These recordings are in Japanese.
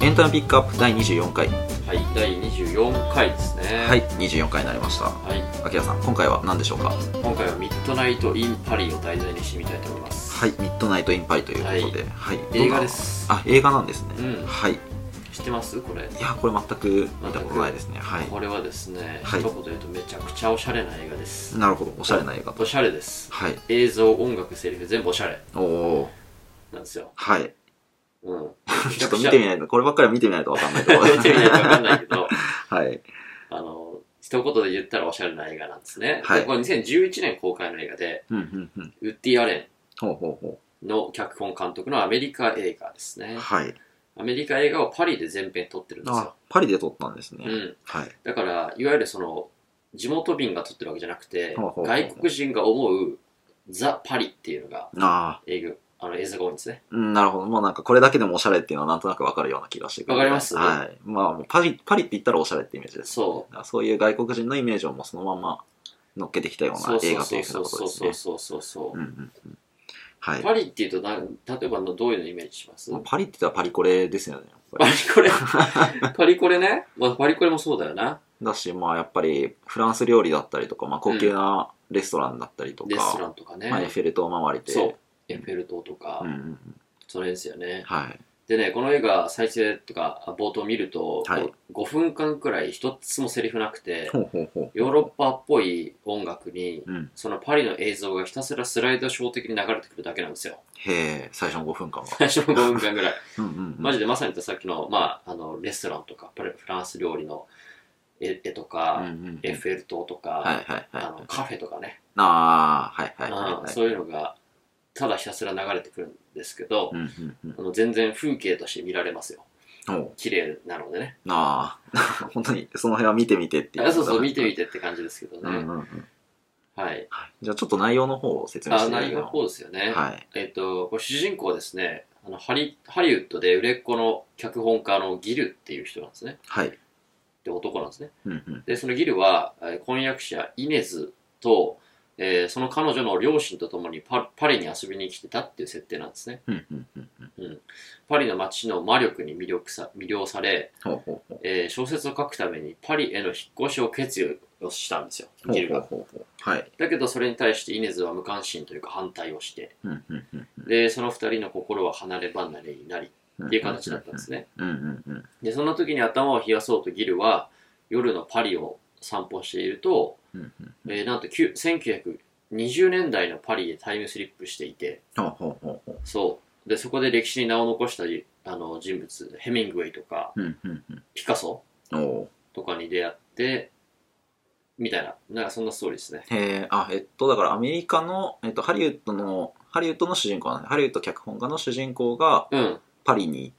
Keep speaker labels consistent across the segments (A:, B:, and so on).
A: エンタメピックアップ第24回
B: はい、第24回ですね。
A: はい24回になりました
B: はい。
A: あきらさん今回は何でしょうかは
B: 今回はミッドナイト・イン・パリを題材にしてみたいと思います。
A: いミッドナイトインパリということで、はい
B: 映画です
A: どんなあ映画なんですね、
B: うん
A: はいい
B: 知ってますこれ。
A: やこれ全く見たことないですねはい
B: これはですね、
A: はい
B: 一言で言うとめちゃくちゃおしゃれな映画です。
A: なるほどおしゃれな映画
B: お
A: と
B: しゃれです。
A: はい
B: 映像、音楽、セリフ、全部おしゃれ
A: おおー
B: なんですよ。
A: はい
B: うん。
A: ちょっと見てみ
B: い。
A: ないとこればっかりは 見てみないとわかんないところ
B: 見てみないとわかんないけど、
A: はい
B: あの、一言で言ったらおしゃれな映画なんですね。
A: はい
B: でこれ2011年公開の映画で、
A: うんうんうん
B: ウッディ・アレ
A: ほうほうほ
B: ンの脚本監督のアメリカ映画です
A: う
B: ね。
A: はい
B: アメリカ映画をパリで全編撮ってるんです
A: あ
B: よ。
A: パリで撮ったんですね、
B: うん。
A: はい
B: だから、いわゆるその、地元民が撮ってるわけじゃなくて、
A: ほうほうほう
B: 外国人が思うザ・パリっていうのが
A: ああ
B: 映画、あの映像が多いんですね。
A: うんなるほど。もうなんかこれだけでもおしゃれっていうのはなんとなくわかるような気がしてくる
B: わかります
A: はい。まあもうパリ、パリって言ったらおしゃれってイメージです。
B: そ
A: そういう外国人のイメージをもうそのまま乗っけてきたよう
B: そ
A: な
B: う
A: 映
B: そう
A: 画とい
B: そ
A: うふう
B: う
A: な
B: そう
A: こと
B: そ
A: で
B: う
A: す
B: そ
A: ね
B: う。そうそ
A: うん
B: う
A: うんうんはい。
B: パリっていうとなん、例えばのどういうのイメージします
A: まあパリって言ったらパリコレですよね。やっぱ
B: パ
A: り
B: リ コレパリコレね。まあ、パリコレもそうだよな。
A: だし、まあやっぱりフランス料理だったりとか、まあ高級なレストランだったりと
B: レストラ
A: か、
B: ンとかね。
A: まあエッフェル塔周りで。
B: そう。エッフェル塔とか、
A: うんうんうん。
B: それですよね。
A: はい。
B: でね、この映画、再生とか、あ冒頭見ると、
A: はい
B: 5分間くらい一つもセリフなくて、
A: ほうほうほう。
B: ヨーロッパっぽい音楽に、
A: うん。
B: そのパリの映像がひたすらスライドショー的に流れてくるだけなんですよ。
A: へえ、最初の5分間は。
B: 最初の5分間ぐらい。
A: うんうんう
B: マ
A: ん。
B: ジでまさにさっきの、まあ、あの、レストランとか、パリフランス料理の絵絵と
A: うん
B: か、
A: うんうん
B: エッフェル塔とか、
A: はいはいはい
B: あの。カフェとかね、
A: ああ、はいはいはい、
B: うん
A: はい。
B: そういうのが、ただひたすら流れてくるんですけど、
A: うんうんうん
B: あの全然風景として見られますよ。
A: おう
B: 綺麗なのでね。
A: ああ、 本当にその辺は見てみてっていう。
B: あそうそう、見てみてって感じですけど
A: うんうん
B: ね。
A: うん。
B: はい。
A: じゃあちょっと内容の方を説明し
B: あ
A: て
B: 内容の
A: 方
B: 方ですよね。
A: はい。
B: えっと、これ主人公はですねあのハリ、ハリウッドで売れっ子の脚本家のギルっていう人なんですね。
A: はい。
B: で、男なんですね。
A: うんうん。
B: で、そのギルは、えー婚約者イネズと、えーその彼女の両親と共にパパリに遊びに来てたっていう設定なんですね。
A: うんうんうんうん。
B: パリの街の魔力に魅力さ魅了され、
A: ほうほうほう。
B: えー小説を書くためにパリへの引っ越しを決意をしたんですよ、
A: ほ
B: ギ
A: う
B: ル
A: ほう
B: が。
A: ほうほう。はい。
B: だけど、それに対してイネズは無関心というか反対をして、
A: うんうんうんうん。
B: で、その二人の心は離れ離れになりっていう形だったんですね。
A: うんうんうん。
B: でそんな時に頭を冷やそうとギルは夜のパリを散歩していると、
A: うんうん。
B: えーなんときゅ1920年代のパリへタイムスリップしていて
A: ほうほうほうほ
B: そうでそこで歴史に名を残したりあの人物ヘミングウェイとか
A: う。うんうんうん。
B: ピカソ
A: おう
B: とかに出会ってみたいななんかそんなストーリーですね
A: へえ、あ、えっと、だからアメリカの、えっと、ハリウッドの、ハリウッドの主人公なんで、ハリウッド脚本家の主人公が
B: うん
A: パリに行っ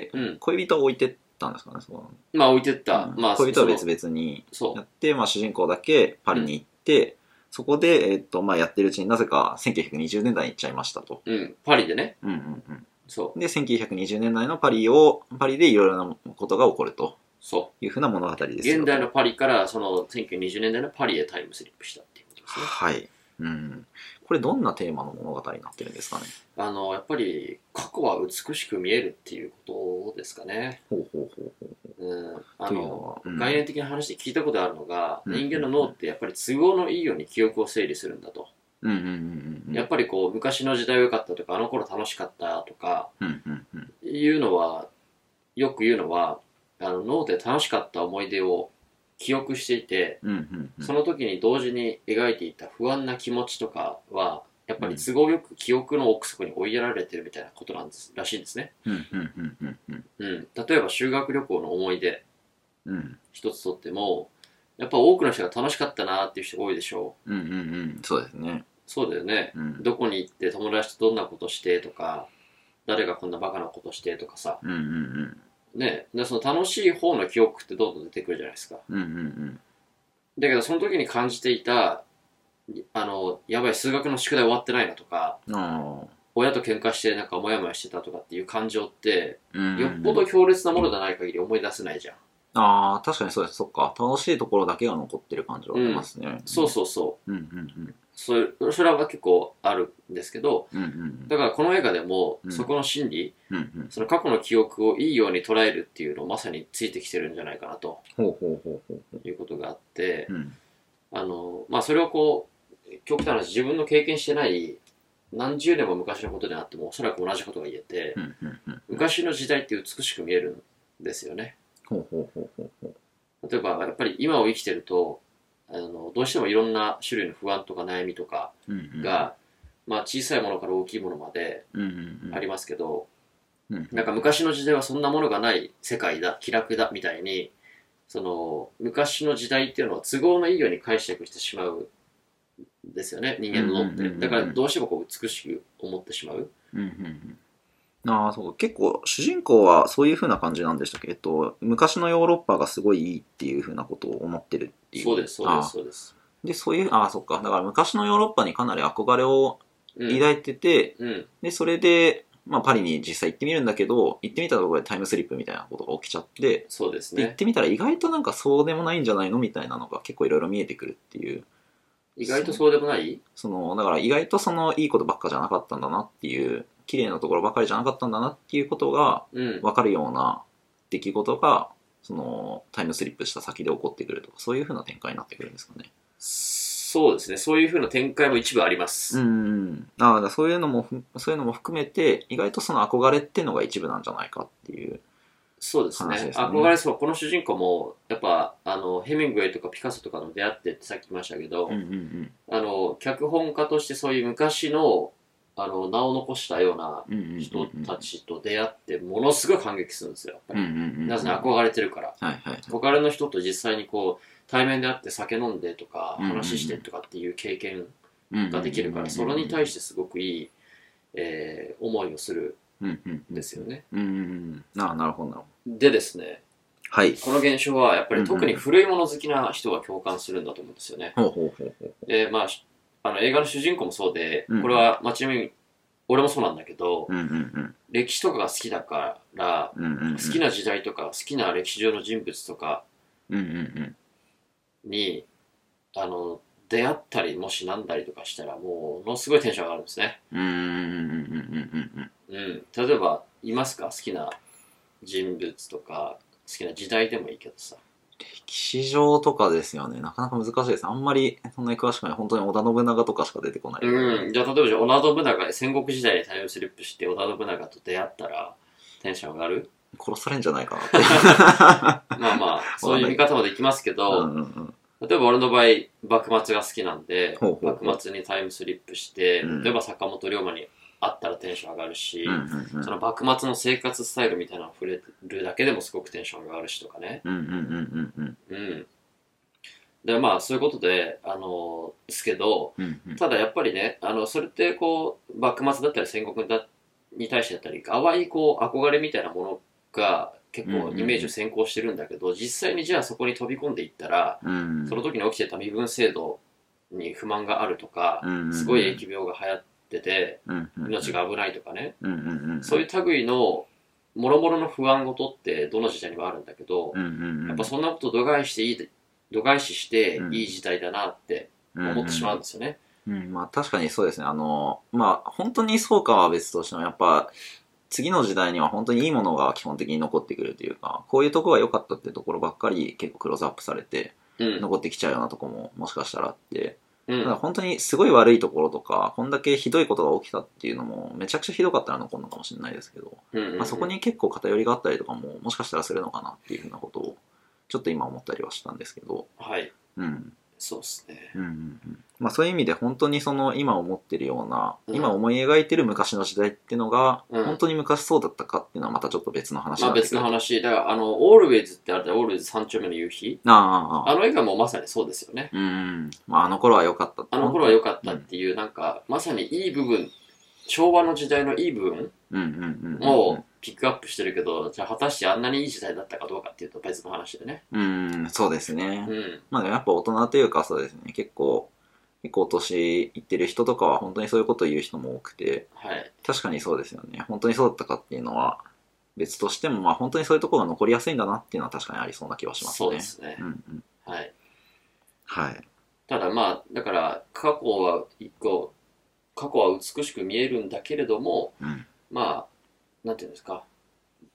A: て、
B: うん
A: 恋人を置いてったんですかね、その
B: まあ置いてった、
A: うん
B: まあ
A: 恋人は別
B: その
A: 々に
B: そ
A: や
B: う
A: って、まあ、主人公だけパリに行って、そこで、えっとまあ、やってるうちになぜか1920年代に行っちゃいましたと。
B: うんパリでね
A: うんうんうん、
B: そう
A: で1920年代のパリをパリでいろいろなことが起こると
B: そ
A: いうふうな物語で
B: う
A: すよ
B: 現代のパリからその1920年代のパリへタイムスリップしたっていうことですね
A: はい、うん、これどんなテーマの物語になってるんですかね
B: あのやっぱり過去は美しく見えるっていうことですかね。
A: ほうほうほうほ
B: うん、
A: う
B: あ
A: という
B: の
A: のは、うん
B: 概念的な話で聞いたことあるのが、
A: うん
B: 人間の脳ってやっぱり都合のいいように記憶を整理するんだと、
A: うんうんうんうん
B: やっぱりこう昔の時代は良かったとかあの頃楽しかったとか
A: うんうんうん
B: いうのはよく言うのはあの脳で楽しかった思い出を記憶していて
A: うんうんうん
B: その時に同時に描いていた不安な気持ちとかはやっぱり都合よく記憶の奥底に追いやられてるみたいなことなんですらしいんですね。
A: うんうんうんうんうん
B: うん、例えば修学旅行の思い出
A: うん
B: 一つとってもやっぱ多くの人が楽しかったなっていう人が多いでしょ
A: うんうんうんそうですね
B: うそうだよね
A: うん
B: どこに行って友達とどんなことしてとか誰がこんなバカなことしてとかさ
A: うんうん
B: ねでその楽しい方の記憶ってどんどん出てくるじゃないですか
A: うんうんうん
B: だけどその時に感じていたあのやばい数学の宿題終わってないなとか
A: うんあ
B: 親と喧嘩してなんかモヤモヤしてたとかっていう感情って
A: あ
B: よっぽど強烈なものでない限り思い出せないじゃん
A: ああ、確かにそうです。そっか。楽しいところだけが残ってる感じはありますね。
B: そうそうそ
A: うん。うん
B: うそれそれは結構あるんですけど
A: うんうん。うんうん
B: だからこの映画でも、
A: うん
B: そこの心理
A: うんうん。
B: その過去の記憶をいいように捉えるっていうのをまさについてきてるんじゃないかなと
A: ほうほうほうほうほ
B: いうことがあって
A: う。うん。
B: あの、まあ、それをこう極端な話自分の経験してない何十年も昔のことであってもおそらく同じことが言えて
A: うんうんうん。
B: 昔の時代って美しく見えるんですよね
A: ほうほうほうほうほう。
B: 例えばやっぱり今を生きてるとあのどうしてもいろんな種類の不安とか悩みとか
A: うんうん、
B: が、まあ、小さいものから大きいものまで
A: うんうんうん、
B: ありますけど、
A: うん
B: なんか昔の時代はそんなものがない世界だ気楽だみたいにその昔の時代っていうのは都合のいいように解釈してしまうんですよね人間の脳
A: うんう
B: っ
A: ん
B: て
A: うんうん
B: だからどうしてもこう美しく思ってしまう
A: うんうんうん、ああそうか結構主人公はそういうふうな感じなんでしたっけ、えっと、昔のヨーロッパがすごいいいっていうふうなことを思ってるっていう
B: そうですそうで
A: あ
B: す
A: あ
B: そうです、
A: でそういうああそっかだから昔のヨーロッパにかなり憧れを
B: うん
A: 抱いてて、
B: うん、
A: でそれで、まあ、パリに実際行ってみるんだけど行ってみたところでタイムスリップみたいなことが起きちゃって
B: そうです
A: で行っ
B: ね
A: てみたら意外となんかそうでもないんじゃないのみたいなのが結構いろいろ見えてくるっていう
B: 意外とそうでもない
A: そのだから意外とそのいいことばっかじゃなかったんだなっていう綺麗なところばかりじゃなかったんだなっていうことが
B: うん
A: 分かるような出来事がそのタイムスリップした先で起こってくるとかそういうふうな展開になってくるんですかね。
B: そうですねそういうふうな展開も一部あります、
A: うんあだからそういうのもふそういうのも含めて意外とその憧れっていうのが一部なんじゃないかっていう。
B: そうですね
A: 話ですね
B: 憧れそうこの主人公もやっぱあのヘミングウェイとかピカソとかの出会ってってさっき言いましたけど、
A: んうん
B: あの脚本家としてそういう昔のあの名を残したような
A: うんうんうんうん
B: 人たちと出会ってものすごい感激するんですよやっぱ
A: うんう
B: り、
A: んうんうん
B: なぜなら
A: はい
B: 憧れてるから
A: はいはい。
B: 憧れの人と実際にこう対面で会って酒飲んでとか
A: うんうんうん
B: 話してとかっていう経験
A: うんうんうんうん
B: ができるからそれに対してすごくいい、えー思いをする
A: うんうん
B: んですよね
A: うんうんうんああなるほどなるほど。
B: でですね
A: はい。
B: この現象はやっぱり特に古いもの好きな人が共感するんだと思うんですよね
A: ほうほうほうほう。
B: でまあしあの映画の主人公もそうで、
A: うん
B: これはまあちなみに俺もそうなんだけど、
A: うんうん
B: 歴史とかが好きだから
A: うんうんうんうん。
B: 好きな時代とか好きな歴史上の人物とか
A: うんうんうん。
B: にあの出会ったりもしなんだりとかしたらもうものすごいテンション上がるんですね、
A: うんうんうんうんうんうん
B: うん、例えばいますか好きな人物とか好きな時代でもいいけどさ
A: 歴史上とかですよね。なかなか難しいです。あんまりそんなに詳しくない。本当に織田信長とかしか出てこない。
B: うんじゃあ例えばじゃあ織田信長戦国時代にタイムスリップして織田信長と出会ったらテンション上がる
A: 殺されんじゃないかなって。
B: まあまあそういう見方もできますけ
A: う
B: ど、
A: んうんうん
B: 例えば俺の場合幕末が好きなんで
A: ほうほうほう
B: 幕末にタイムスリップして、
A: うん
B: 例えば坂本龍馬に会ったらテンション上がるし、
A: うんうんうん
B: その幕末の生活スタイルみたいなの触れるだけでもすごくテンション上がるしとかね
A: うんうんうんうんうん
B: うんでまあそういうことであのですけど
A: うんうん
B: ただやっぱりねあのそれってこう幕末だったり戦国だに対してだったり淡いこう憧れみたいなものが結
A: うんうん
B: 構
A: うん
B: イメージを先行してるんだけど、実際にじゃあそこに飛び込んでいったら
A: うん
B: その時に起きてた身分制度に不満があるとか、
A: うん
B: すごい疫病が流行ってて、
A: うんうん
B: 命が危ないとかね、
A: うんうんうん
B: そういう類の、もろもろの不安事ってどの時代にもあるんだけど、
A: うんうんうん
B: やっぱそんなことを度外視していい、度外視して
A: うん
B: いい時代だなって思ってしまうんですよね。
A: うん、まあ確かにそうですね。あの、まあ本当にそうかは別としても、やっぱ次の時代には本当にいいものが基本的に残ってくるというか、こういうとこが良かったってところばっかり結構クローズアップされて、
B: うん。
A: 残ってきちゃうようなとこももしかしたらあって、
B: う
A: ただ
B: ん。
A: 本当にすごい悪いところとか、こんだけひどいことが起きたっていうのも、めちゃくちゃひどかったら残るのかもしれないですけど、
B: うん。
A: まあ、そこ
B: に。
A: に結構偏りがあったりとかも、もしかしたらするのかなっていうふうなことを、ちょっと今思ったりはしたんですけど、
B: はい。
A: うん。
B: そうですね。
A: うんうんうんまあ、そういう意味で本当にその今思ってるような、
B: うん
A: 今思い描いてる昔の時代っていうのが、
B: うん
A: 本当に昔そうだったかっていうのはまたちょっと別の話
B: まあ
A: なんです
B: 別
A: け
B: の
A: ど、
B: 話、だからあの、オールウェイズってあれだよ、オールウェイズ三丁目の夕日。
A: ああああ
B: あの映画もまさにそうですよね。
A: うんうんまあ、あの頃は良かった
B: あの頃は良かったっていう、なんか、まさにいい部分、昭和の時代のいい部分
A: うんうんうんうん
B: をピックアップしてるけど、じゃあ果たしてあんなにいい時代だったかどうかっていうと別の話でね。
A: うん、うん、そうですね、
B: うん。
A: まあでもやっぱ大人というかそうですね結構結構年いってる人とかは本当にそういうことを言う人も多くて
B: はい。
A: 確かにそうですよね本当にそうだったかっていうのは別としても、まあ本当にそういうところが残りやすいんだなっていうのは確かにありそうな気はしますね。
B: そうですね
A: う。んうん。
B: はい。
A: はい。
B: ただまあ、だから、過去は一個、過去は美しく見えるんだけれども、
A: うん
B: まあ、なんていうんですか、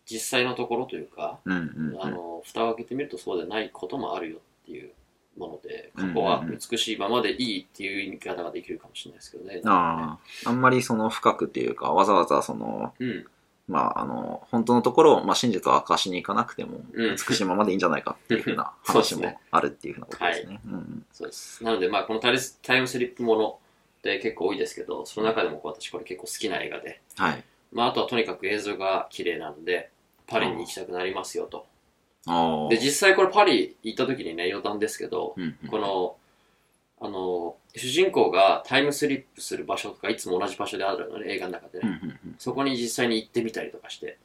B: 実際のところというか、
A: うんうん、うん。
B: あの、蓋を開けてみるとそうでないこともあるよっていうもので、過去は美しいままでいいっていう言い方ができるかもしれないですけどね。
A: ああ、あんまりその深くっていうか、わざわざその、
B: うん。
A: まあ、あの、本当のところ、まあ、真実を明かしに行かなくても、
B: うん
A: 美しいままでいいんじゃないかっていうふうな
B: そうです
A: 話
B: ね
A: もあるっていうふうなことですね。うんうん
B: そうです。なのでまあ、このタイムスタイムスリップものって結構多いですけど、その中でもこう私これ結構好きな映画で、
A: はい。
B: まあ、あとはとにかく映像が綺麗なので、パリに行きたくなりますよと。
A: ああ。
B: で、実際これパリ行った時にね、余談ですけど、
A: うんうん
B: この、あの、主人公がタイムスリップする場所とか、いつも同じ場所であるのね、映画の中で
A: うん
B: ね。
A: うんうん
B: そこに実際に行ってみたりとかして、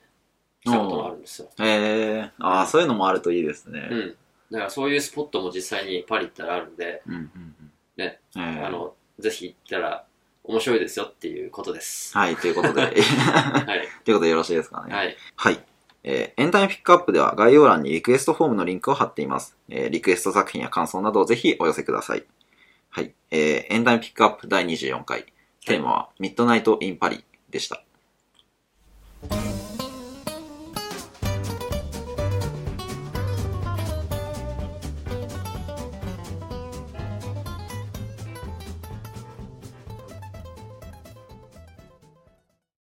B: したこともあるんですよ。
A: ええああ、そういうのもあるといいですね。
B: う
A: うん
B: ん。だからそういうスポットも実際にパリ行ったらあるんで、
A: うんうん
B: ね、
A: ええ
B: あの、ぜひ行ったら面白いですよっていうことです。
A: はい、ということで、
B: はい。
A: ということでよろしいですかね。
B: はい。
A: はい。えーエンタメピックアップでは概要欄にリクエストフォームのリンクを貼っています。えーリクエスト作品や感想などをぜひお寄せください。はい。えーエンタメピックアップ第24回。テーマは、ミッドナイト・イン・パリでした。
B: は